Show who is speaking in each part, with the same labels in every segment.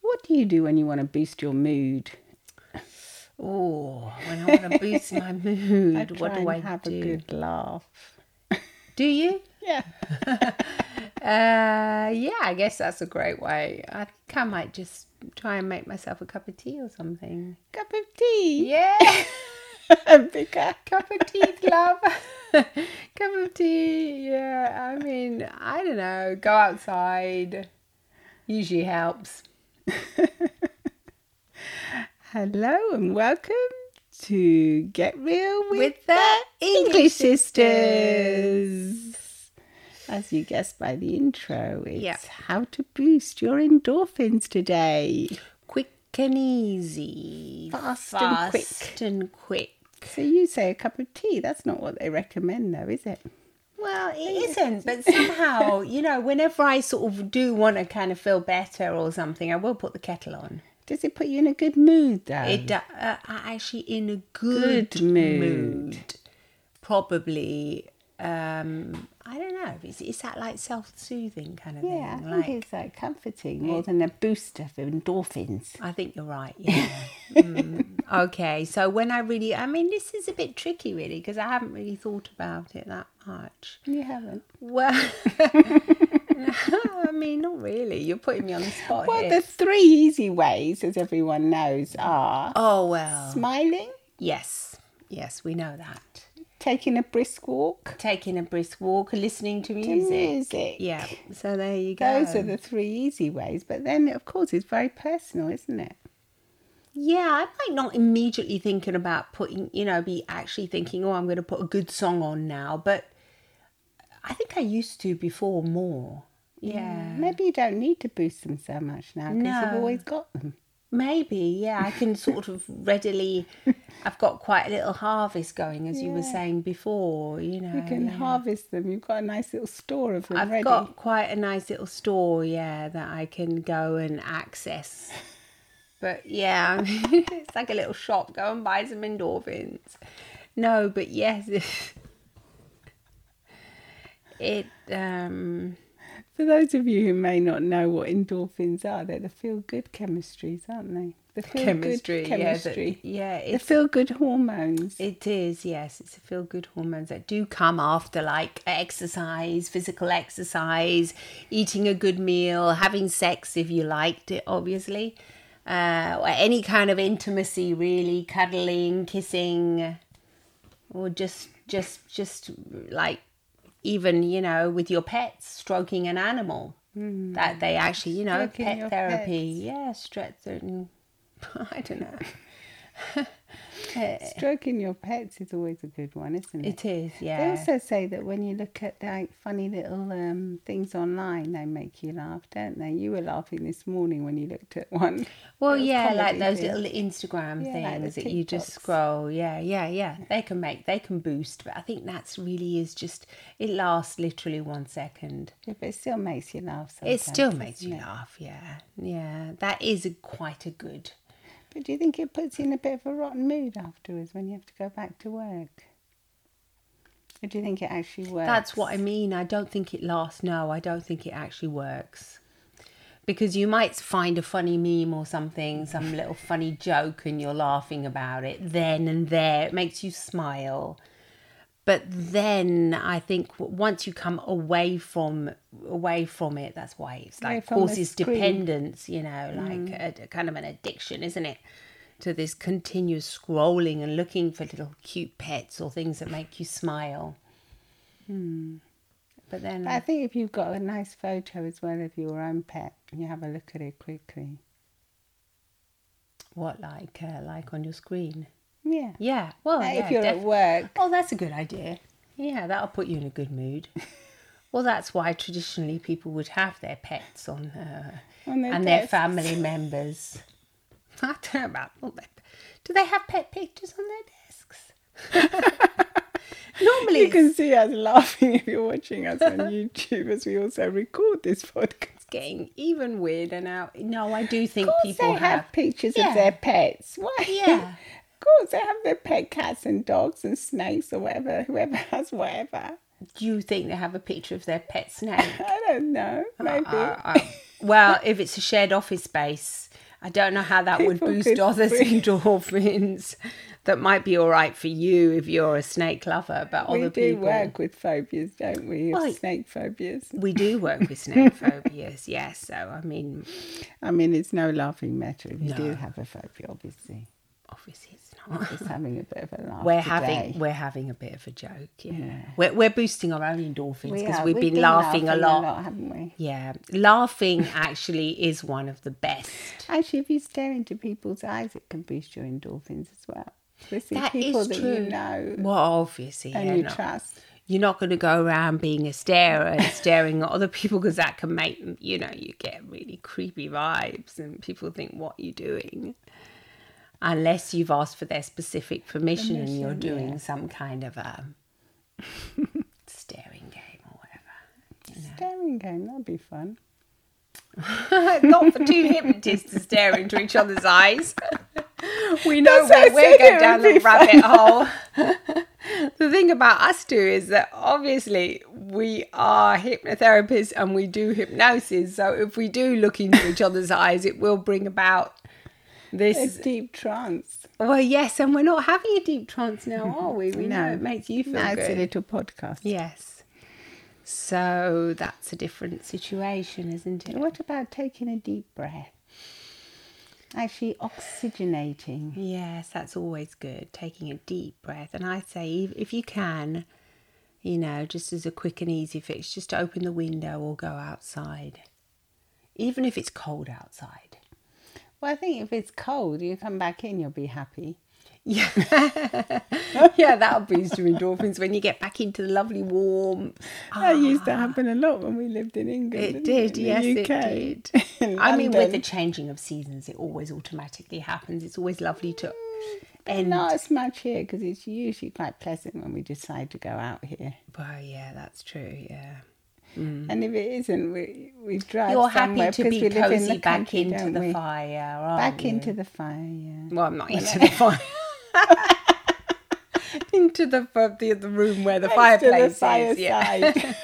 Speaker 1: What do you do when you want to boost your mood?
Speaker 2: Oh, when I want to boost my mood, what do
Speaker 1: and
Speaker 2: I
Speaker 1: have
Speaker 2: do?
Speaker 1: a good laugh.
Speaker 2: Do you?
Speaker 1: Yeah.
Speaker 2: Uh, yeah, I guess that's a great way. I think I might just try and make myself a cup of tea or something.
Speaker 1: Cup of tea.
Speaker 2: Yeah,
Speaker 1: Yeah. Bigger.
Speaker 2: cup of tea club. cup of tea. Yeah, I mean, I don't know. Go outside usually helps.
Speaker 1: Hello and welcome to Get Real with,
Speaker 2: With the
Speaker 1: English Sisters. As you guessed by the intro, it's
Speaker 2: Yeah.
Speaker 1: how to boost your endorphins today.
Speaker 2: Quick and easy.
Speaker 1: Fast and quick.
Speaker 2: Fast and quick.
Speaker 1: So you say a cup of tea. That's not what they recommend, though, is it?
Speaker 2: Well, it isn't, but somehow, you know, whenever I sort of do want to kind of feel better or something, I will put the kettle on.
Speaker 1: Does it put you in a good mood, though?
Speaker 2: It do- uh, I'm actually in a good,
Speaker 1: Um, Good mood.
Speaker 2: mood. Probably, um, I don't know. Is, is that like self-soothing kind of
Speaker 1: yeah, I
Speaker 2: thing?
Speaker 1: think
Speaker 2: Like,
Speaker 1: it's like comforting more than a booster for endorphins.
Speaker 2: I think you're right. Yeah. Mm, okay. So when I really, I mean, this is a bit tricky, really, because I haven't really thought about it that much.
Speaker 1: You haven't.
Speaker 2: Well, I mean, not really. You're putting me on the spot
Speaker 1: Well,
Speaker 2: here.
Speaker 1: the three easy ways, as everyone knows, are
Speaker 2: oh well.
Speaker 1: smiling,
Speaker 2: Yes, yes, we know that.
Speaker 1: taking a brisk walk,
Speaker 2: Taking a brisk walk, listening
Speaker 1: to
Speaker 2: to music.
Speaker 1: music.
Speaker 2: Yeah. Um, So there you go.
Speaker 1: Those are the three easy ways. But then, of course, it's very personal, isn't it?
Speaker 2: yeah, I might not immediately thinking about putting, you know, be actually thinking, oh, I'm going to put a good song on now. But I think I used to before more. Yeah.
Speaker 1: Maybe you don't need to boost them so much now because
Speaker 2: No.
Speaker 1: you've always got them.
Speaker 2: Maybe, yeah. I can sort of readily. I've got quite a little harvest going, as you were saying before. You know,
Speaker 1: You can
Speaker 2: Oh, yeah.
Speaker 1: harvest them. You've got a nice little store of them
Speaker 2: I've
Speaker 1: ready.
Speaker 2: got quite a nice little store, yeah, that I can go and access. But yeah, I mean, it's like a little shop. Go and buy some endorphins. No, but yes, it, it um,
Speaker 1: For those of you who may not know what endorphins are, they're the feel good chemistries, aren't they? The feel
Speaker 2: chemistry,
Speaker 1: good
Speaker 2: yeah, that-
Speaker 1: chemistry.
Speaker 2: yeah,
Speaker 1: the
Speaker 2: it's
Speaker 1: feel good hormones.
Speaker 2: It is, yes. It's the feel good hormones that do come after like exercise, physical exercise, eating a good meal, having sex if you liked it, obviously, uh, or any kind of intimacy, really, cuddling, kissing, or just, just, just like even, you know, with your pets, stroking an animal. That they actually, you know,
Speaker 1: Mm. Stroking your
Speaker 2: pet therapy. Yeah, stretch and I don't know. Pet-
Speaker 1: Stroking your pets is always a good one, isn't it?
Speaker 2: it is,
Speaker 1: They
Speaker 2: yeah.
Speaker 1: also say that when you look at like funny little um, things online, they make you laugh, don't they? You were laughing this morning when you looked at one.
Speaker 2: well,
Speaker 1: little
Speaker 2: yeah,
Speaker 1: comedy
Speaker 2: like those
Speaker 1: thing.
Speaker 2: little Instagram
Speaker 1: Yeah, like the
Speaker 2: things that you just
Speaker 1: TikToks.
Speaker 2: scroll. Yeah, yeah, yeah. They can make, they can boost, but I think that's really is just it lasts literally one second.
Speaker 1: Yeah, but it still makes you laugh.
Speaker 2: It
Speaker 1: Sometimes.
Speaker 2: still makes
Speaker 1: doesn't
Speaker 2: you
Speaker 1: it?
Speaker 2: laugh. Yeah, yeah. That is a, quite a good.
Speaker 1: But do you think it puts you in a bit of a rotten mood afterwards when you have to go back to work? Or do you think it actually works?
Speaker 2: That's what I mean. I don't think it lasts. No, I don't think it actually works. Because you might find a funny meme or something, some little funny joke, and you're laughing about it then and there. It makes you smile. But then I think w- once you come away from away from it, that's why it's
Speaker 1: Away
Speaker 2: like
Speaker 1: from the
Speaker 2: causes
Speaker 1: screen. Mm.
Speaker 2: dependence, you know, like a, a kind of an addiction, isn't it? To this continuous scrolling and looking for little cute pets or things that make you smile. But then,
Speaker 1: But I think if you've got a nice photo as well of your own pet and you have a look at it quickly.
Speaker 2: what like uh, like on your screen?
Speaker 1: Yeah.
Speaker 2: Yeah. Well,
Speaker 1: Like,
Speaker 2: Oh, yeah,
Speaker 1: if you're
Speaker 2: def-
Speaker 1: at work,
Speaker 2: oh, that's a good idea. Yeah, that'll put you in a good mood. well, that's why traditionally people would have their pets on uh,
Speaker 1: On their
Speaker 2: and their
Speaker 1: desks.
Speaker 2: family members. I don't know about all that. Do they have pet pictures on their desks? Normally,
Speaker 1: you can see us laughing if you're watching us on YouTube as we also record this podcast.
Speaker 2: it's getting even weirder now. No, I do think
Speaker 1: Of course
Speaker 2: people
Speaker 1: they have, pictures
Speaker 2: Yeah.
Speaker 1: of their pets. Why?
Speaker 2: Yeah.
Speaker 1: Of course they have their pet cats and dogs and snakes or whatever, whoever has whatever.
Speaker 2: Do you think they have a picture of their pet snake?
Speaker 1: I don't know. Maybe.
Speaker 2: Uh, uh, well, if it's a shared office space, I don't know how that would
Speaker 1: People
Speaker 2: boost
Speaker 1: could
Speaker 2: others'
Speaker 1: bring-
Speaker 2: endorphins. That might be all right for you if you're a snake lover, but
Speaker 1: we
Speaker 2: other
Speaker 1: do
Speaker 2: people.
Speaker 1: work with phobias, don't we?
Speaker 2: Well,
Speaker 1: snake phobias.
Speaker 2: We do work with snake phobias, yes. So, I mean,
Speaker 1: I mean, it's no laughing matter if you do
Speaker 2: No.
Speaker 1: have a phobia, obviously.
Speaker 2: obviously it's not.
Speaker 1: Just having a bit of a laugh.
Speaker 2: We're
Speaker 1: today.
Speaker 2: having we're having a bit of a joke, yeah. We're we're boosting our own endorphins
Speaker 1: We
Speaker 2: because
Speaker 1: are.
Speaker 2: we've, been, laughing, a lot.
Speaker 1: haven't we?
Speaker 2: Yeah, laughing actually is one of the best.
Speaker 1: Actually, if you stare into people's eyes, it can boost your endorphins as well. Especially
Speaker 2: That is
Speaker 1: people that
Speaker 2: true.
Speaker 1: you know
Speaker 2: Well, obviously,
Speaker 1: and
Speaker 2: yeah,
Speaker 1: you
Speaker 2: no.
Speaker 1: trust.
Speaker 2: you're not going to go around being a starer and staring at other people because that can make them, you know, you get really creepy vibes and people think, what are you doing? Unless you've asked for their specific permission, and you're doing some kind of a staring game or
Speaker 1: Staring game, that'd be fun.
Speaker 2: whatever. not for two hypnotists to stare into each other's eyes. We know
Speaker 1: That's what
Speaker 2: where
Speaker 1: I
Speaker 2: we're
Speaker 1: said,
Speaker 2: going
Speaker 1: it
Speaker 2: down
Speaker 1: would
Speaker 2: the
Speaker 1: be fun.
Speaker 2: rabbit hole. the thing about us two is that obviously we are hypnotherapists and we do hypnosis. So if we do look into each other's eyes, it will bring about
Speaker 1: A
Speaker 2: this.
Speaker 1: deep trance.
Speaker 2: Well, yes, and we're not having a deep trance now, are we? We know
Speaker 1: No.
Speaker 2: it makes you feel
Speaker 1: Now it's a
Speaker 2: good.
Speaker 1: little podcast.
Speaker 2: Yes. So that's a different situation, isn't it?
Speaker 1: What about taking a deep breath? Actually, oxygenating.
Speaker 2: Yes, that's always good. Taking a deep breath. And I say, if- if you can, you know, just as a quick and easy fix, just open the window or go outside. Even if it's cold outside.
Speaker 1: Well, I think if it's cold, you come back in, you'll be happy.
Speaker 2: Yeah. yeah, that'll boost your endorphins when you get back into the lovely warm.
Speaker 1: That used to happen a lot when we lived in England.
Speaker 2: Ah. It
Speaker 1: didn't
Speaker 2: did,
Speaker 1: in the
Speaker 2: yes, it
Speaker 1: UK.
Speaker 2: did.
Speaker 1: In
Speaker 2: I mean, with the
Speaker 1: London.
Speaker 2: changing of seasons, it always automatically happens. It's always lovely to end.
Speaker 1: Not as much here because it's usually quite pleasant when we decide to go out here.
Speaker 2: Well, yeah, that's true, yeah.
Speaker 1: And if it isn't, we we drive
Speaker 2: Mm. You're
Speaker 1: somewhere
Speaker 2: happy to
Speaker 1: because we
Speaker 2: be
Speaker 1: live
Speaker 2: cozy
Speaker 1: in the
Speaker 2: back
Speaker 1: country,
Speaker 2: into
Speaker 1: don't
Speaker 2: the
Speaker 1: we?
Speaker 2: fire, aren't
Speaker 1: Back
Speaker 2: you?
Speaker 1: into the fire. Yeah.
Speaker 2: Well, I'm not into the fire. into the, the the room where the
Speaker 1: Next to the
Speaker 2: fireplace is. Yeah.
Speaker 1: fireside.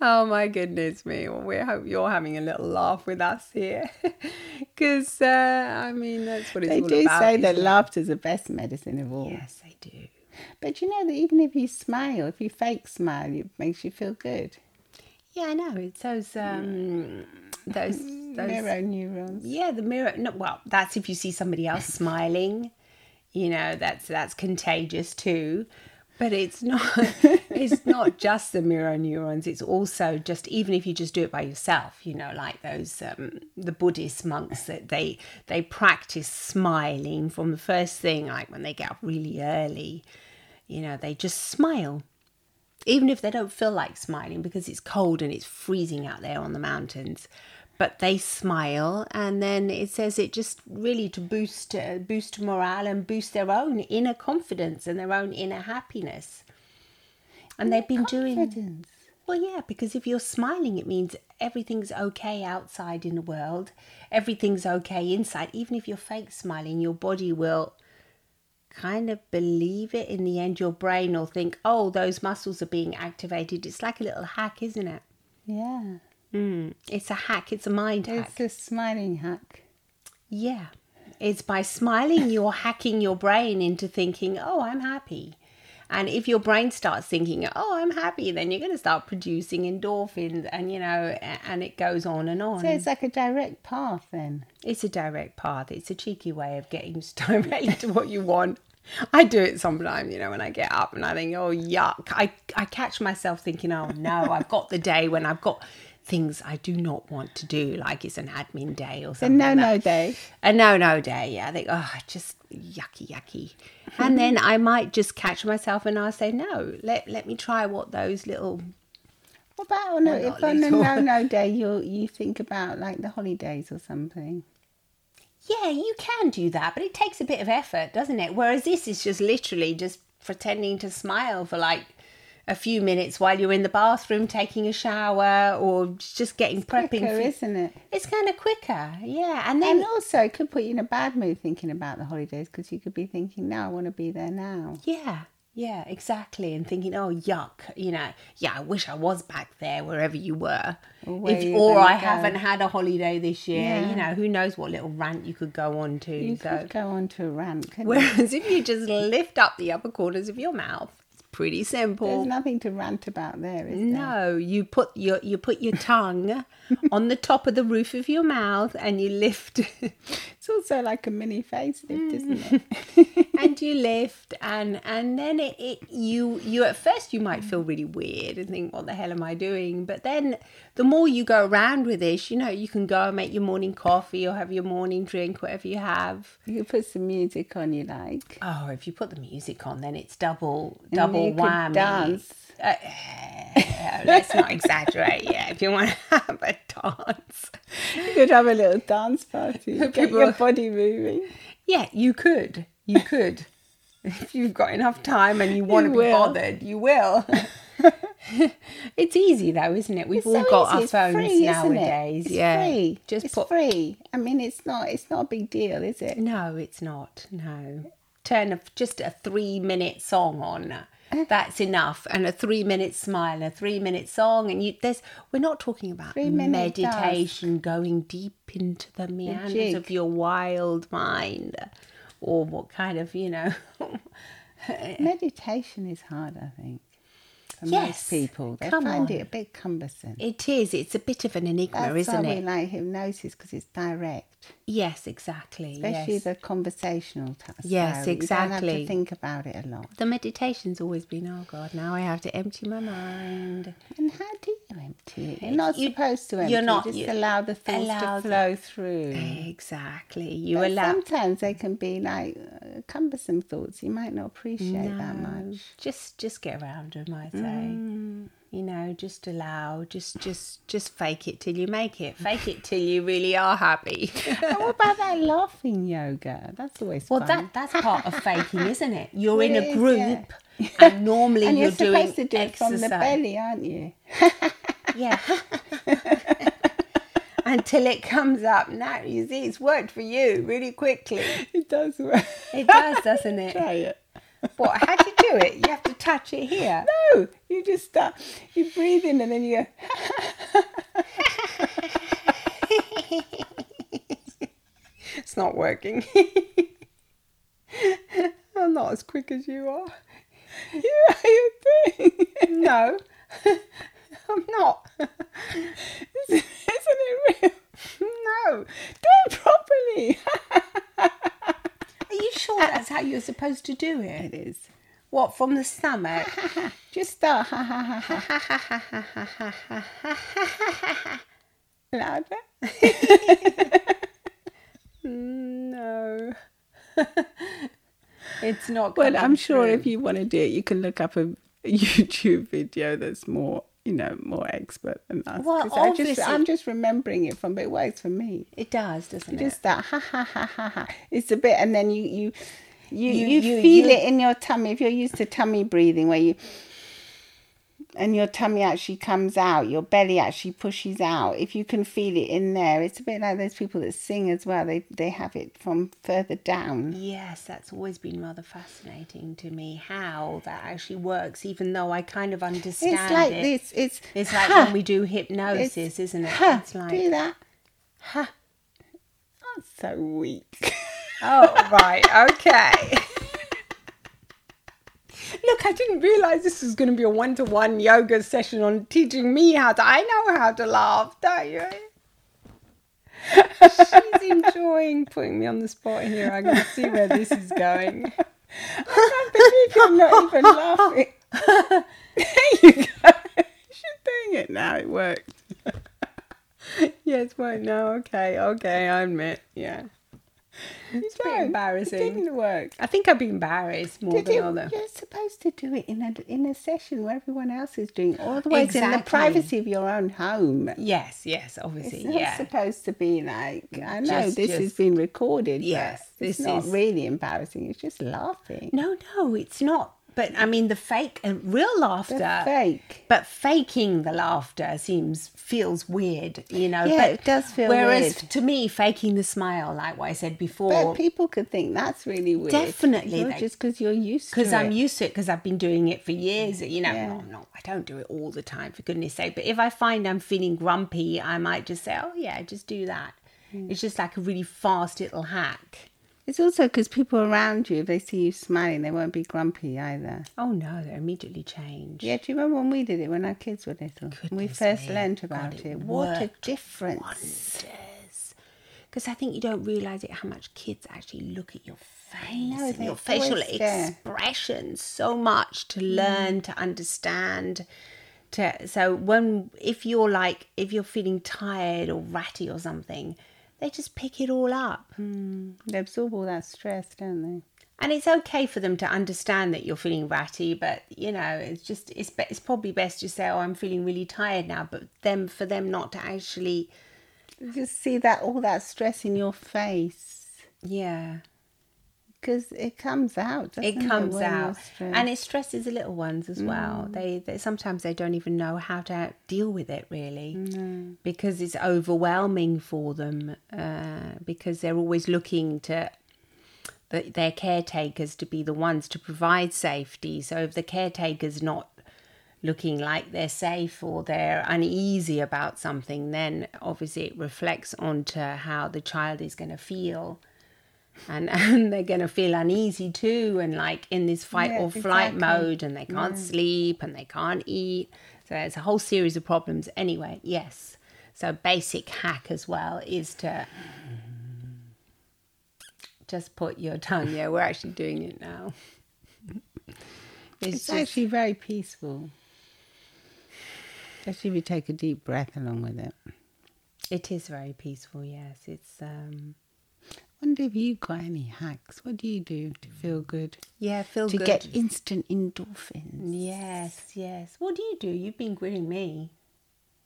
Speaker 2: Oh my goodness me! Well, we hope you're having a little laugh with us here, because uh, I mean that's what it's
Speaker 1: they
Speaker 2: all
Speaker 1: do
Speaker 2: about.
Speaker 1: say
Speaker 2: isn't
Speaker 1: that
Speaker 2: it?
Speaker 1: laughter's the best medicine of all.
Speaker 2: Yes, they do.
Speaker 1: But you know that even if you smile, if you fake smile, it makes you feel good.
Speaker 2: Yeah, I know. It's those um, those those
Speaker 1: Mirror neurons.
Speaker 2: Yeah, the mirror. No, well, that's if you see somebody else smiling. You know, that's that's contagious too. But it's not. it's not just the mirror neurons. It's also just even if you just do it by yourself. You know, like those um, the Buddhist monks that they they practice smiling from the first thing, like when they get up really early. You know, they just smile even if they don't feel like smiling because it's cold and it's freezing out there on the mountains but they smile and then it says it just really to boost uh, boost morale and boost their own inner confidence and their own inner happiness and they've been doing
Speaker 1: Confidence.
Speaker 2: well, yeah, because if you're smiling, it means everything's okay outside in the world, everything's okay inside. Even if you're fake smiling, your body will kind of believe it in the end. Your brain will think, oh, those muscles are being activated. It's like a little hack, isn't it?
Speaker 1: Yeah.
Speaker 2: Mm. It's a hack, it's a mind hack.
Speaker 1: It's a smiling hack.
Speaker 2: Yeah. It's by smiling, you're hacking your brain into thinking, oh, I'm happy. And if your brain starts thinking, oh, I'm happy, then you're going to start producing endorphins and, you know, a- and it goes on and on.
Speaker 1: So it's like a direct path then.
Speaker 2: It's a direct path. It's a cheeky way of getting directly to what you want. I do it sometimes, you know, when I get up and I think, oh, yuck. I, I catch myself thinking, oh, no, I've got the day when I've got things I do not want to do, like it's an admin day or
Speaker 1: The
Speaker 2: something.
Speaker 1: no
Speaker 2: like that
Speaker 1: no day.
Speaker 2: a Uh, no no day. Yeah, I think, oh, just yucky, yucky. And then I might just catch myself and I'll say, no, let, let me try what those little.
Speaker 1: What about on a,
Speaker 2: Well, not
Speaker 1: if on a
Speaker 2: little.
Speaker 1: no no day you you think about like the holidays or something?
Speaker 2: Yeah, you can do that, but it takes a bit of effort, doesn't it? Whereas this is just literally just pretending to smile for like a few minutes while you're in the bathroom taking a shower or just getting prepping.
Speaker 1: Quicker,
Speaker 2: for-
Speaker 1: isn't it?
Speaker 2: it's kind of quicker, yeah. And then
Speaker 1: And also, it could put you in a bad mood thinking about the holidays because you could be thinking, "No, I want to be there now."
Speaker 2: Yeah, Yeah, exactly. And thinking, oh, yuck, you know, yeah, I wish I was back there wherever you were.
Speaker 1: where
Speaker 2: If-
Speaker 1: you're
Speaker 2: or
Speaker 1: gonna
Speaker 2: I
Speaker 1: go.
Speaker 2: haven't had a holiday this year.
Speaker 1: Yeah.
Speaker 2: You know, who knows what little rant you could go on to.
Speaker 1: You
Speaker 2: so.
Speaker 1: could go on to a rant, couldn't you?
Speaker 2: Whereas if you just lift up the upper corners of your mouth, it's pretty simple.
Speaker 1: There's nothing to rant about there, is there?
Speaker 2: No, you put your you put your tongue on the top of the roof of your mouth and you lift
Speaker 1: It's also like a mini
Speaker 2: Mm.
Speaker 1: facelift, isn't it?
Speaker 2: and you lift and and then it, it you you at first you might feel really weird and think what the hell am I doing but then the more you go around with this you know you can go and make your morning coffee or have your morning drink whatever you have
Speaker 1: You could put some music on you like.
Speaker 2: oh if you put the music on then it's double
Speaker 1: And
Speaker 2: double
Speaker 1: you could
Speaker 2: whammy
Speaker 1: dance.
Speaker 2: Uh, let's not exaggerate yeah if you want to have a dance
Speaker 1: You could have a little dance party. Get
Speaker 2: People-
Speaker 1: your body moving.
Speaker 2: Yeah, you could. You could. if you've got enough time and you want
Speaker 1: You
Speaker 2: to be
Speaker 1: will.
Speaker 2: bothered, you will. it's easy though, isn't it? We've
Speaker 1: It's
Speaker 2: all
Speaker 1: so
Speaker 2: got
Speaker 1: easy,
Speaker 2: our
Speaker 1: it's
Speaker 2: phones
Speaker 1: free, isn't it?
Speaker 2: nowadays.
Speaker 1: It's
Speaker 2: yeah.
Speaker 1: free.
Speaker 2: Just
Speaker 1: it's
Speaker 2: put
Speaker 1: free. I mean, it's not. It's not a big deal, is it?
Speaker 2: No, it's not. No. Turn a, just a 3-minute song on. That's enough, and a three-minute smile, and a three-minute song, and you. There's. We're not talking about
Speaker 1: Three-minute task.
Speaker 2: meditation, going deep into the meanders
Speaker 1: jig.
Speaker 2: of your wild mind, or what kind of you know.
Speaker 1: Meditation is hard, I think, for
Speaker 2: Yes,
Speaker 1: most people. They
Speaker 2: come
Speaker 1: find
Speaker 2: on.
Speaker 1: it a bit cumbersome.
Speaker 2: It is. It's a bit of an enigma,
Speaker 1: That's
Speaker 2: isn't
Speaker 1: why we
Speaker 2: it?
Speaker 1: like hypnosis because it's direct,
Speaker 2: Yes, exactly.
Speaker 1: especially
Speaker 2: yes. The-,
Speaker 1: the conversational t- style.
Speaker 2: Yes,
Speaker 1: You don't have
Speaker 2: exactly.
Speaker 1: to think about it a lot.
Speaker 2: meditation's always been, oh God, now I have to empty my mind.
Speaker 1: And how do you empty it? You're not
Speaker 2: You-
Speaker 1: supposed to
Speaker 2: you're
Speaker 1: empty. you
Speaker 2: not-
Speaker 1: just
Speaker 2: you-
Speaker 1: allow the thoughts
Speaker 2: allow
Speaker 1: to
Speaker 2: the-
Speaker 1: flow through.
Speaker 2: Exactly. You
Speaker 1: But
Speaker 2: allow.
Speaker 1: sometimes they can be like uh, cumbersome thoughts. You might not appreciate that
Speaker 2: No,
Speaker 1: much.
Speaker 2: Just, just get around them. I say. You know, just allow. Just, just, just fake it till you make it. Fake it till you really are happy.
Speaker 1: And what about that laughing yoga? That's always
Speaker 2: Well,
Speaker 1: fun.
Speaker 2: that that's part of faking, isn't it? You're in
Speaker 1: It
Speaker 2: a
Speaker 1: is, yeah.
Speaker 2: group, and normally
Speaker 1: and
Speaker 2: you're,
Speaker 1: you're, supposed
Speaker 2: doing
Speaker 1: to do it
Speaker 2: exercise.
Speaker 1: from the belly, aren't you?
Speaker 2: Yeah. Until it comes up. Now you see, it's worked for you really quickly.
Speaker 1: It does work.
Speaker 2: It does, doesn't it?
Speaker 1: Try it.
Speaker 2: What? How do you do it? You have to touch it here.
Speaker 1: No, you just start. You breathe in and then you go.
Speaker 2: It's not working. I'm not as quick as you are.
Speaker 1: You are your thing.
Speaker 2: No, I'm not.
Speaker 1: Isn't it real?
Speaker 2: No.
Speaker 1: Do it properly.
Speaker 2: Are you
Speaker 1: Uh,
Speaker 2: sure that's how you're supposed to do
Speaker 1: It
Speaker 2: it?
Speaker 1: is.
Speaker 2: What from the stomach?
Speaker 1: Just start. Ha ha ha ha ha ha ha ha ha ha ha ha. Louder.
Speaker 2: No. it's not.
Speaker 1: Well,
Speaker 2: coming
Speaker 1: I'm sure
Speaker 2: through.
Speaker 1: if you want to do it, you can look up a YouTube video that's more, you know, more expert than us.
Speaker 2: Well,
Speaker 1: 'Cause I just,
Speaker 2: obviously-
Speaker 1: I'm just remembering it from, but it works for me.
Speaker 2: it does, doesn't it?
Speaker 1: Just that, ha ha ha ha ha. It's a bit, and then you, you, you,
Speaker 2: You-
Speaker 1: you,
Speaker 2: you-
Speaker 1: feel
Speaker 2: you-
Speaker 1: it in your tummy. If you're used to tummy breathing, where you, and your tummy actually comes out, your belly actually pushes out. If you can feel it in there, it's a bit like those people that sing as well. They they have it from further down.
Speaker 2: Yes, that's always been rather fascinating to me how that actually works, even though I kind of understand
Speaker 1: It's like
Speaker 2: it.
Speaker 1: this. It's
Speaker 2: It's like
Speaker 1: ha.
Speaker 2: when we do hypnosis,
Speaker 1: It's-
Speaker 2: isn't it?
Speaker 1: Ha,
Speaker 2: It's like,
Speaker 1: do that. Ha. That's so weak.
Speaker 2: oh, right, okay. Look, I didn't realize this was going to be a one to one yoga session on teaching me how to. I know how to laugh, don't you? She's enjoying putting me on the spot here. I can see where this is going.
Speaker 1: I believe you're not even laughing. there you go. She's doing it now. It worked.
Speaker 2: Yes, right now, okay, okay, I admit, yeah. It's a bit
Speaker 1: No, It
Speaker 2: embarrassing.
Speaker 1: didn't work.
Speaker 2: I think I've been embarrassed more
Speaker 1: Did
Speaker 2: than
Speaker 1: you,
Speaker 2: other.
Speaker 1: you're supposed to do it in a in a session where everyone else is doing. it. Otherwise, in the
Speaker 2: Exactly.
Speaker 1: privacy of your own home.
Speaker 2: Yes, yes,
Speaker 1: It's
Speaker 2: obviously,
Speaker 1: not
Speaker 2: yeah.
Speaker 1: supposed to be like I know
Speaker 2: Just-
Speaker 1: this has
Speaker 2: just-
Speaker 1: been recorded. but
Speaker 2: Yes,
Speaker 1: it's
Speaker 2: this
Speaker 1: not
Speaker 2: is-
Speaker 1: really embarrassing. It's just laughing.
Speaker 2: No, no, it's not. but I mean the fake and real laughter.
Speaker 1: The fake.
Speaker 2: But faking the laughter seems feels weird, you know.
Speaker 1: Yeah,
Speaker 2: but
Speaker 1: it does feel
Speaker 2: Whereas
Speaker 1: weird.
Speaker 2: to me, faking the smile, like what I said
Speaker 1: But
Speaker 2: before,
Speaker 1: people could think that's really weird.
Speaker 2: Definitely,
Speaker 1: You're
Speaker 2: they-
Speaker 1: just because you're used to
Speaker 2: because I'm
Speaker 1: it.
Speaker 2: used to it because I've been doing it for years. You know,
Speaker 1: Yeah.
Speaker 2: no, I'm not- I don't do it all the time for goodness sake. But if I find I'm feeling grumpy, I might just say, "Oh yeah, just do that."
Speaker 1: Mm.
Speaker 2: It's just like a really fast little hack.
Speaker 1: It's also because people around you, if they see you smiling, they won't be grumpy either.
Speaker 2: Oh no, they immediately change.
Speaker 1: Yeah, do you remember when we did it when our kids were little? When we
Speaker 2: Goodness
Speaker 1: first
Speaker 2: me,
Speaker 1: learnt
Speaker 2: God,
Speaker 1: about
Speaker 2: it
Speaker 1: it. What a
Speaker 2: worked
Speaker 1: difference.
Speaker 2: Because I think you don't realise it how much kids actually look at your face
Speaker 1: know,
Speaker 2: and
Speaker 1: they
Speaker 2: your facial
Speaker 1: always stare. Mm.
Speaker 2: expression so much to learn, to understand. To so when if you're like if you're feeling tired or ratty or something, they just pick it all up.
Speaker 1: Mm. They absorb all that stress, don't they?
Speaker 2: And it's okay for them to understand that you're feeling ratty, but you know, it's just it's be, it's probably best to say, "Oh, I'm feeling really tired now," but them for them not to actually,
Speaker 1: You just see that all that stress in your face
Speaker 2: yeah,
Speaker 1: because it comes out. Doesn't
Speaker 2: it comes
Speaker 1: when you're
Speaker 2: out,
Speaker 1: stressed?
Speaker 2: and it stresses the little ones as well. They, they sometimes they don't even know how to deal with it really, because it's overwhelming for them. Uh, because they're always looking to the, their caretakers to be the ones to provide safety. So if the caretaker's not looking like they're safe or they're uneasy about something, then obviously it reflects onto how the child is going to feel. And, and they're going to feel uneasy too, and like in this fight
Speaker 1: Yeah,
Speaker 2: or flight
Speaker 1: exactly.
Speaker 2: mode, and they can't sleep and they can't eat. So there's a whole series of problems. Anyway, yes. So, basic hack as well is to just put your tongue. Yeah, we're actually doing it now.
Speaker 1: it's
Speaker 2: It's just,
Speaker 1: actually very peaceful. Especially if you take a deep breath along with it.
Speaker 2: it is very peaceful. Yes, it's um,
Speaker 1: wonder if you got any hacks. What do you do to feel good?
Speaker 2: yeah, feel
Speaker 1: to
Speaker 2: good.
Speaker 1: get instant endorphins.
Speaker 2: yes, yes. What do you do? You've been grilling me,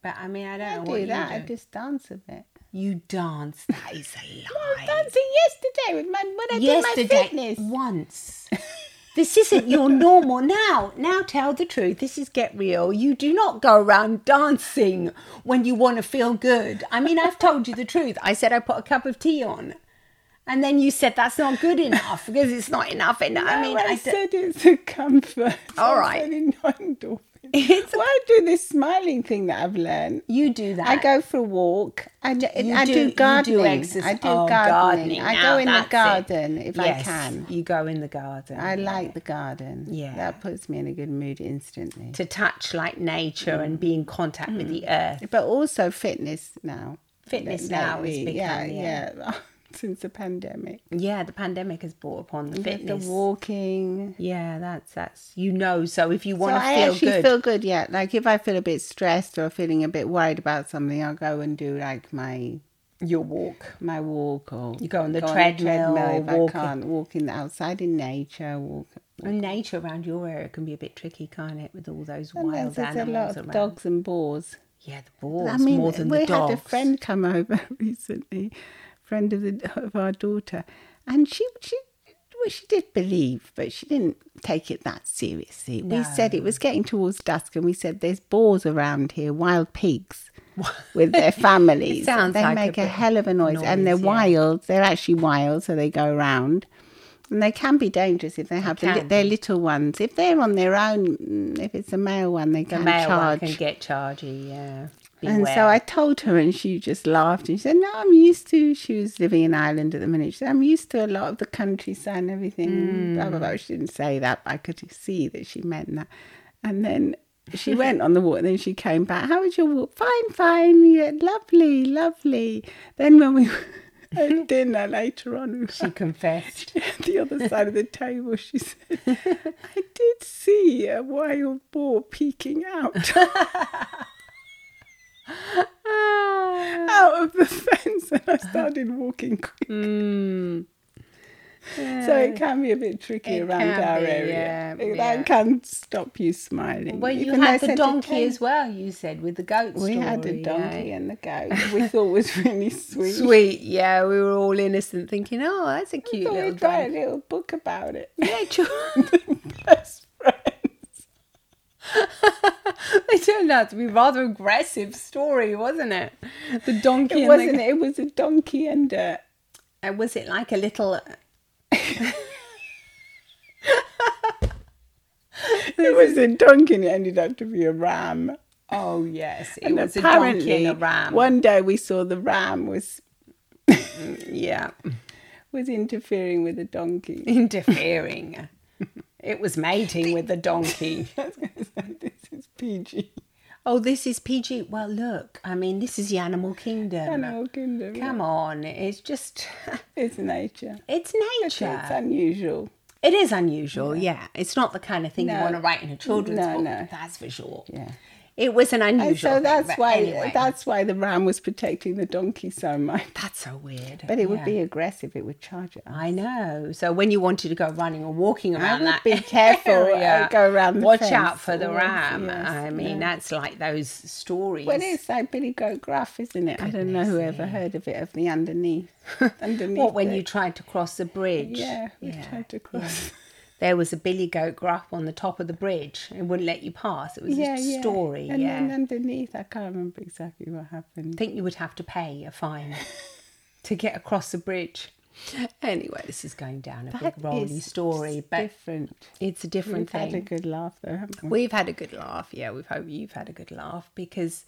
Speaker 2: but I mean, I don't
Speaker 1: I
Speaker 2: know
Speaker 1: do
Speaker 2: what you
Speaker 1: that. I
Speaker 2: do.
Speaker 1: just dance a bit.
Speaker 2: You dance. That is a lie.
Speaker 1: Dancing yesterday with my when I did my
Speaker 2: Yesterday,
Speaker 1: fitness.
Speaker 2: once. This isn't your normal now. Now tell the truth. This is get real. You do not go around dancing when you want to feel good. I mean, I've told you the truth. I said I put a cup of tea on, and then you said that's not good enough because it's not enough. And I mean,
Speaker 1: I,
Speaker 2: I, d-
Speaker 1: said it's a comfort.
Speaker 2: All
Speaker 1: I'm
Speaker 2: right.
Speaker 1: sending no endorphins.
Speaker 2: It's-
Speaker 1: Why do this smiling thing that I've learned?
Speaker 2: you do that.
Speaker 1: I go for a walk. I do,
Speaker 2: You
Speaker 1: I
Speaker 2: do-
Speaker 1: do
Speaker 2: you do
Speaker 1: gardening.
Speaker 2: exercise-
Speaker 1: I do
Speaker 2: oh,
Speaker 1: gardening.
Speaker 2: gardening.
Speaker 1: I
Speaker 2: Now
Speaker 1: go in the
Speaker 2: that's it.
Speaker 1: garden if I
Speaker 2: Yes,
Speaker 1: can.
Speaker 2: You go in the garden.
Speaker 1: I like the garden.
Speaker 2: Yeah.
Speaker 1: That puts me in a good mood instantly.
Speaker 2: to touch like nature and be in contact with the earth.
Speaker 1: But also fitness now.
Speaker 2: Fitness now has
Speaker 1: Lately,
Speaker 2: become,
Speaker 1: yeah, yeah. Since the pandemic.
Speaker 2: Yeah, the pandemic has brought upon the fitness.
Speaker 1: The walking.
Speaker 2: Yeah, that's that's you know. So if you
Speaker 1: So
Speaker 2: want to
Speaker 1: I
Speaker 2: feel
Speaker 1: actually
Speaker 2: good,
Speaker 1: feel good, yeah. Like if I feel a bit stressed or feeling a bit worried about something, I'll go and do like my
Speaker 2: your walk.
Speaker 1: my walk or
Speaker 2: You go on the treadmill,
Speaker 1: if
Speaker 2: walk-
Speaker 1: I can't walk in the outside in nature, walk.
Speaker 2: And nature around your area can be a bit tricky, can't it? With all those
Speaker 1: Sometimes
Speaker 2: wild
Speaker 1: there's
Speaker 2: animals
Speaker 1: a lot of
Speaker 2: around.
Speaker 1: dogs and boars.
Speaker 2: Yeah, the boars
Speaker 1: I mean,
Speaker 2: more than
Speaker 1: we
Speaker 2: the dogs.
Speaker 1: had a friend come over recently, friend of the of our daughter, and she she well, she did believe, but she didn't take it that seriously. We said it was getting towards dusk, and we said there's boars around here, wild pigs. With their families,
Speaker 2: sounds
Speaker 1: they
Speaker 2: like a
Speaker 1: make a,
Speaker 2: bit
Speaker 1: hell of a noise, and they're
Speaker 2: noise, yeah.
Speaker 1: wild. They're actually wild, so they go around, and they can be dangerous if they have the, li-
Speaker 2: can
Speaker 1: their little ones. If they're on their own, mm, if it's a male one, they
Speaker 2: the
Speaker 1: can
Speaker 2: male
Speaker 1: charge.
Speaker 2: one can get chargy. Yeah,
Speaker 1: And so
Speaker 2: Beware.
Speaker 1: I told her, and she just laughed and she said, No, I'm used to. She was living in Ireland at the minute. She said, I'm used to a lot of the countryside and everything. Blah, blah, blah. She didn't say that, but I could see that she meant that. And then she went on the walk, and then she came back. How was your walk? Fine, fine. Yeah, lovely, lovely. Then when we were at dinner later on, we
Speaker 2: she confessed.
Speaker 1: at the other side of the table, she said, I did see a wild boar peeking out.
Speaker 2: Ah,
Speaker 1: out of the fence and I started walking quick.
Speaker 2: mm.
Speaker 1: So it can be a bit tricky
Speaker 2: It
Speaker 1: around
Speaker 2: can
Speaker 1: our
Speaker 2: be,
Speaker 1: area.
Speaker 2: yeah,
Speaker 1: that
Speaker 2: yeah.
Speaker 1: can stop you smiling.
Speaker 2: Well, you
Speaker 1: Even though
Speaker 2: had
Speaker 1: it's
Speaker 2: the donkey
Speaker 1: entertaining.
Speaker 2: as well. You said with the goat
Speaker 1: We
Speaker 2: story.
Speaker 1: had a
Speaker 2: yeah.
Speaker 1: donkey and the goat we thought was really sweet.
Speaker 2: Sweet, yeah, we were all innocent, thinking, "Oh, that's a
Speaker 1: So
Speaker 2: cute
Speaker 1: we
Speaker 2: little
Speaker 1: wrote a
Speaker 2: donkey."
Speaker 1: little book about it.
Speaker 2: Yeah, true.
Speaker 1: Best friend.
Speaker 2: it turned out to be a rather aggressive story, wasn't it? The donkey.
Speaker 1: It
Speaker 2: and
Speaker 1: wasn't. It was a donkey and a.
Speaker 2: The, uh, was it like a little?
Speaker 1: It was a donkey and it ended up to be a ram.
Speaker 2: Oh yes, it
Speaker 1: And
Speaker 2: was a donkey
Speaker 1: apparently,
Speaker 2: and a ram.
Speaker 1: one day we saw the ram was
Speaker 2: Yeah,
Speaker 1: was interfering with the donkey.
Speaker 2: interfering. it was mating with the donkey.
Speaker 1: this is PG.
Speaker 2: Oh, this is PG. Well, look. I mean, this is the animal kingdom.
Speaker 1: Animal kingdom.
Speaker 2: Come on, it's just,
Speaker 1: It's nature.
Speaker 2: it's nature.
Speaker 1: It's unusual.
Speaker 2: It is unusual, yeah. It's not the kind of thing you
Speaker 1: No.
Speaker 2: want to write in a children's
Speaker 1: No,
Speaker 2: book.
Speaker 1: no.
Speaker 2: That's for sure.
Speaker 1: Yeah.
Speaker 2: It was an unusual.
Speaker 1: And so
Speaker 2: thing,
Speaker 1: that's
Speaker 2: but
Speaker 1: why
Speaker 2: anyway,
Speaker 1: that's why the ram was protecting the donkey so much.
Speaker 2: that's so weird.
Speaker 1: But it would
Speaker 2: yeah.
Speaker 1: be aggressive. It would charge at us.
Speaker 2: I know. So when you wanted to go running or walking around
Speaker 1: would
Speaker 2: that,
Speaker 1: be careful, uh,
Speaker 2: area,
Speaker 1: go around the
Speaker 2: watch
Speaker 1: fence
Speaker 2: out for the
Speaker 1: always,
Speaker 2: ram.
Speaker 1: yes,
Speaker 2: I mean, that's like those stories.
Speaker 1: Well, it's like Billy Goat Gruff, isn't it? I don't know who ever heard of it of the underneath. underneath.
Speaker 2: what when
Speaker 1: the-
Speaker 2: you tried to cross the bridge?
Speaker 1: Yeah, we
Speaker 2: Yeah,
Speaker 1: tried to cross.
Speaker 2: There was a billy goat gruff on the top of the bridge and wouldn't let you pass. It was
Speaker 1: Yeah,
Speaker 2: a
Speaker 1: yeah.
Speaker 2: story.
Speaker 1: And
Speaker 2: yeah.
Speaker 1: then underneath, I can't remember exactly what happened.
Speaker 2: think you would have to pay a fine to get across the bridge. Anyway, this is going down a big
Speaker 1: That
Speaker 2: rolling
Speaker 1: is
Speaker 2: story,
Speaker 1: just
Speaker 2: but
Speaker 1: different.
Speaker 2: it's a different
Speaker 1: We've had a
Speaker 2: thing.
Speaker 1: good laugh though, haven't we?
Speaker 2: We've had a good laugh. Yeah, we've hope you've had a good laugh because,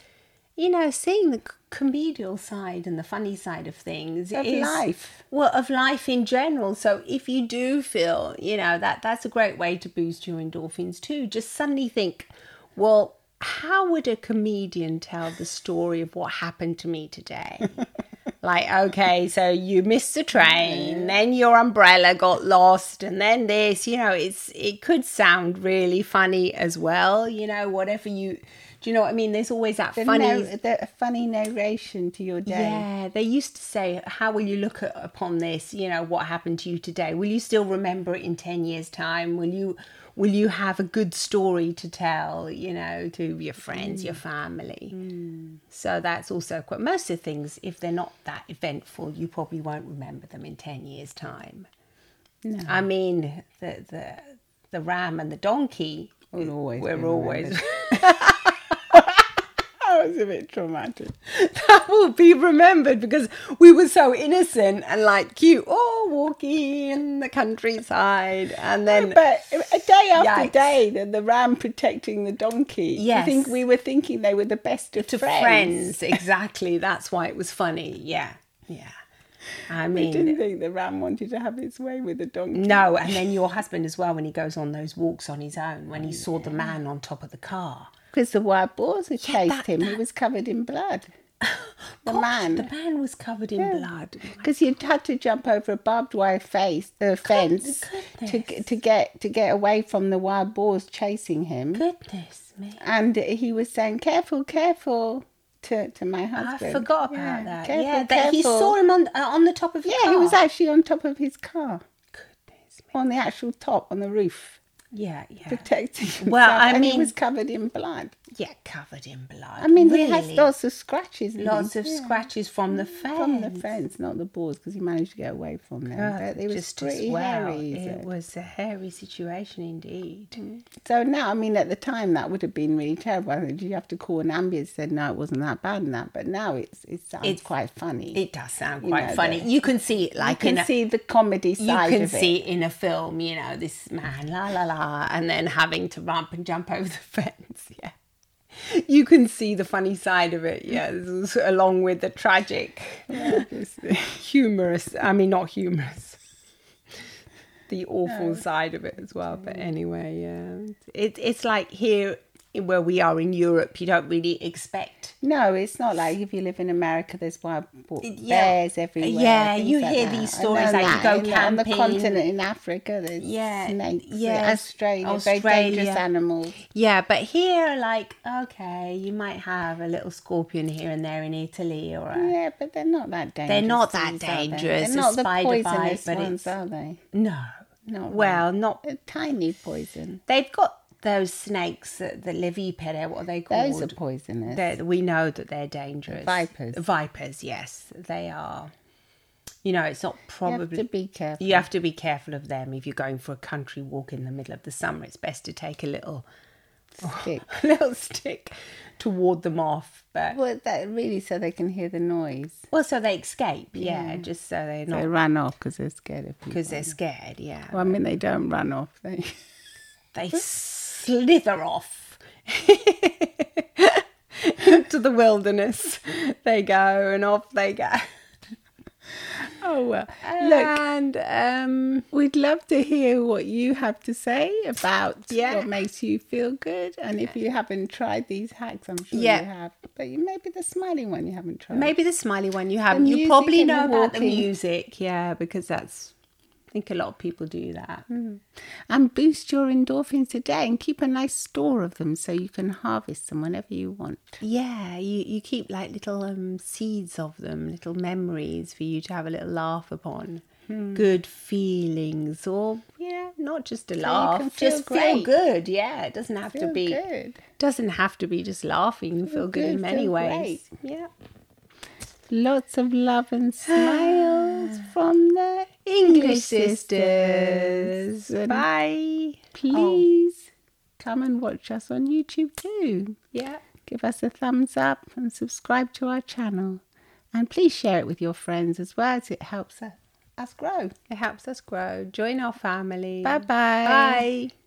Speaker 2: you know, seeing the c- comedial side and the funny side of things
Speaker 1: Of
Speaker 2: is
Speaker 1: life.
Speaker 2: Well, of life in general. So if you do feel, you know, that that's a great way to boost your endorphins too. Just suddenly think, well, how would a comedian tell the story of what happened to me today? like okay so you missed the train then your umbrella got lost and then this you know it's it could sound really funny as well you know whatever you do you know what i mean there's always that
Speaker 1: The
Speaker 2: funny
Speaker 1: nar- the funny narration to your day.
Speaker 2: yeah they used to say how will you look at, upon this you know what happened to you today will you still remember it in 10 years time will you will you have a good story to tell you know to your friends
Speaker 1: Mm.
Speaker 2: your family so that's also quite most of the things if they're not that eventful you probably won't remember them in 10 years time i mean the the the ram and the donkey
Speaker 1: We'll always be
Speaker 2: we're
Speaker 1: remembered.
Speaker 2: always
Speaker 1: That was a bit traumatic.
Speaker 2: that will be remembered because we were so innocent and like cute, oh, walking in the countryside, and then
Speaker 1: But a day after
Speaker 2: Yikes.
Speaker 1: day, the, the ram protecting the donkey. I
Speaker 2: Yes.
Speaker 1: think we were thinking they were the best of
Speaker 2: to
Speaker 1: friends.
Speaker 2: friends. Exactly, that's why it was funny. Yeah, yeah. I
Speaker 1: We didn't
Speaker 2: mean, Mm.
Speaker 1: think the ram wanted to have its way with the donkey.
Speaker 2: no, and then your husband as well when he goes on those walks on his own when he saw the man on top of the car.
Speaker 1: Because the wild boars had chased
Speaker 2: that-
Speaker 1: him. He was covered in blood. The
Speaker 2: Gosh,
Speaker 1: man.
Speaker 2: the man was covered in blood.
Speaker 1: because you'd had to jump over a barbed wire face, the fence, to g- to get to get away from the wild boars chasing him.
Speaker 2: Goodness me.
Speaker 1: And he was saying, "Careful, careful," to to my
Speaker 2: I
Speaker 1: husband.
Speaker 2: forgot about
Speaker 1: Yeah,
Speaker 2: that.
Speaker 1: careful,
Speaker 2: yeah, that he
Speaker 1: careful.
Speaker 2: saw him on uh, on the top of the
Speaker 1: Yeah,
Speaker 2: car.
Speaker 1: he was actually on top of his car,
Speaker 2: Goodness me.
Speaker 1: on the actual top, on the roof,
Speaker 2: Yeah, yeah.
Speaker 1: protecting himself.
Speaker 2: Well, I
Speaker 1: and he
Speaker 2: mean-
Speaker 1: was covered in blood.
Speaker 2: Yeah, covered in blood.
Speaker 1: I mean, he has
Speaker 2: Really?
Speaker 1: lots of scratches. didn't he?
Speaker 2: lots of scratches from the face.
Speaker 1: from the fence, not the boars, because he managed to get away from them. but they were
Speaker 2: just as
Speaker 1: pretty
Speaker 2: well.
Speaker 1: hairy. Mm. so-
Speaker 2: It was a hairy situation indeed.
Speaker 1: So now, I mean, at the time that would have been really terrible. I think, Did you have to call an ambulance? Said no, it wasn't that bad and that. But now it's it sounds
Speaker 2: It's-
Speaker 1: quite funny.
Speaker 2: It does sound
Speaker 1: You
Speaker 2: quite
Speaker 1: know,
Speaker 2: funny.
Speaker 1: the-
Speaker 2: you can see it
Speaker 1: you
Speaker 2: like in
Speaker 1: can
Speaker 2: a,
Speaker 1: see the comedy
Speaker 2: you
Speaker 1: side
Speaker 2: can
Speaker 1: of it.
Speaker 2: see it in a film. You know, this man la la la, and then having to ramp and jump over the fence. Yeah. You can see the funny side of it, yeah, this is along with the tragic, humorous. I mean, not humorous, the awful side of it as well.
Speaker 1: Mm.
Speaker 2: But anyway, yeah, it, it's like here where we are in Europe, you don't really expect.
Speaker 1: No, it's not like if you live in America, there's wild bo-
Speaker 2: yeah.
Speaker 1: bears everywhere.
Speaker 2: Yeah,
Speaker 1: things
Speaker 2: you
Speaker 1: like
Speaker 2: hear
Speaker 1: that.
Speaker 2: these
Speaker 1: I
Speaker 2: stories,
Speaker 1: know
Speaker 2: like you
Speaker 1: that.
Speaker 2: go
Speaker 1: in, on the
Speaker 2: camping.
Speaker 1: continent in Africa. There's
Speaker 2: Yeah,
Speaker 1: snakes.
Speaker 2: yeah,
Speaker 1: Australia, very
Speaker 2: Australia.
Speaker 1: dangerous animals.
Speaker 2: Yeah, but here, like, okay, you might have a little scorpion here and there in Italy, or a,
Speaker 1: Yeah, but they're not that dangerous.
Speaker 2: not that
Speaker 1: these, are they?
Speaker 2: dangerous, a
Speaker 1: They're not the
Speaker 2: spider bite,
Speaker 1: poisonous
Speaker 2: but
Speaker 1: ones,
Speaker 2: it's-
Speaker 1: are they?
Speaker 2: no,
Speaker 1: Not
Speaker 2: well, not
Speaker 1: A tiny poison.
Speaker 2: they've got those snakes that the Levipede, what are they
Speaker 1: Those
Speaker 2: called?
Speaker 1: are poisonous.
Speaker 2: They're- we know that they're dangerous.
Speaker 1: Vipers.
Speaker 2: Vipers, yes, they are. You know, it's not
Speaker 1: You
Speaker 2: probably
Speaker 1: have to be careful.
Speaker 2: You have to be careful of them if you're going for a country walk in the middle of the summer. It's best to take a little
Speaker 1: stick.
Speaker 2: a little stick to ward them off. But
Speaker 1: Well, that really so they can hear the noise.
Speaker 2: well, so they escape. Yeah, just so they're
Speaker 1: They
Speaker 2: not
Speaker 1: run off because they're scared of people.
Speaker 2: because they're scared. Yeah,
Speaker 1: Well, I mean, they don't run off. They
Speaker 2: they slither off into the wilderness. They go and off they go.
Speaker 1: oh well. Look,
Speaker 2: And um,
Speaker 1: we'd love to hear what you have to say about
Speaker 2: Yeah.
Speaker 1: what makes you feel good, and if you haven't tried these hacks, I'm sure
Speaker 2: Yeah.
Speaker 1: you have. But you, maybe the smiling one you haven't tried.
Speaker 2: Maybe the smiley one you have. You
Speaker 1: music
Speaker 2: probably
Speaker 1: and the
Speaker 2: know about the
Speaker 1: walking.
Speaker 2: music, yeah, because that's. I think a lot of people do that.
Speaker 1: Hmm. And boost your endorphins today, and keep a nice store of them so you can harvest them whenever you want.
Speaker 2: Yeah, you, you keep like little um, seeds of them, little memories for you to have a little laugh upon.
Speaker 1: Hmm.
Speaker 2: Good feelings, or yeah, not just a laugh,
Speaker 1: can feel
Speaker 2: just feel
Speaker 1: great.
Speaker 2: good. Yeah, it doesn't have
Speaker 1: Feel
Speaker 2: to be.
Speaker 1: good.
Speaker 2: Doesn't have to be just laughing. You feel good,
Speaker 1: good,
Speaker 2: in many
Speaker 1: feel
Speaker 2: ways. Yeah,
Speaker 1: Lots of love and smiles from the
Speaker 2: Oh. English sisters.
Speaker 1: sisters. And
Speaker 2: Bye.
Speaker 1: please come and watch us on YouTube too.
Speaker 2: Yeah.
Speaker 1: Give us a thumbs up and subscribe to our channel. And please share it with your friends as well as it helps us, us grow.
Speaker 2: It helps us grow. Join our family.
Speaker 1: Bye-bye.
Speaker 2: Bye.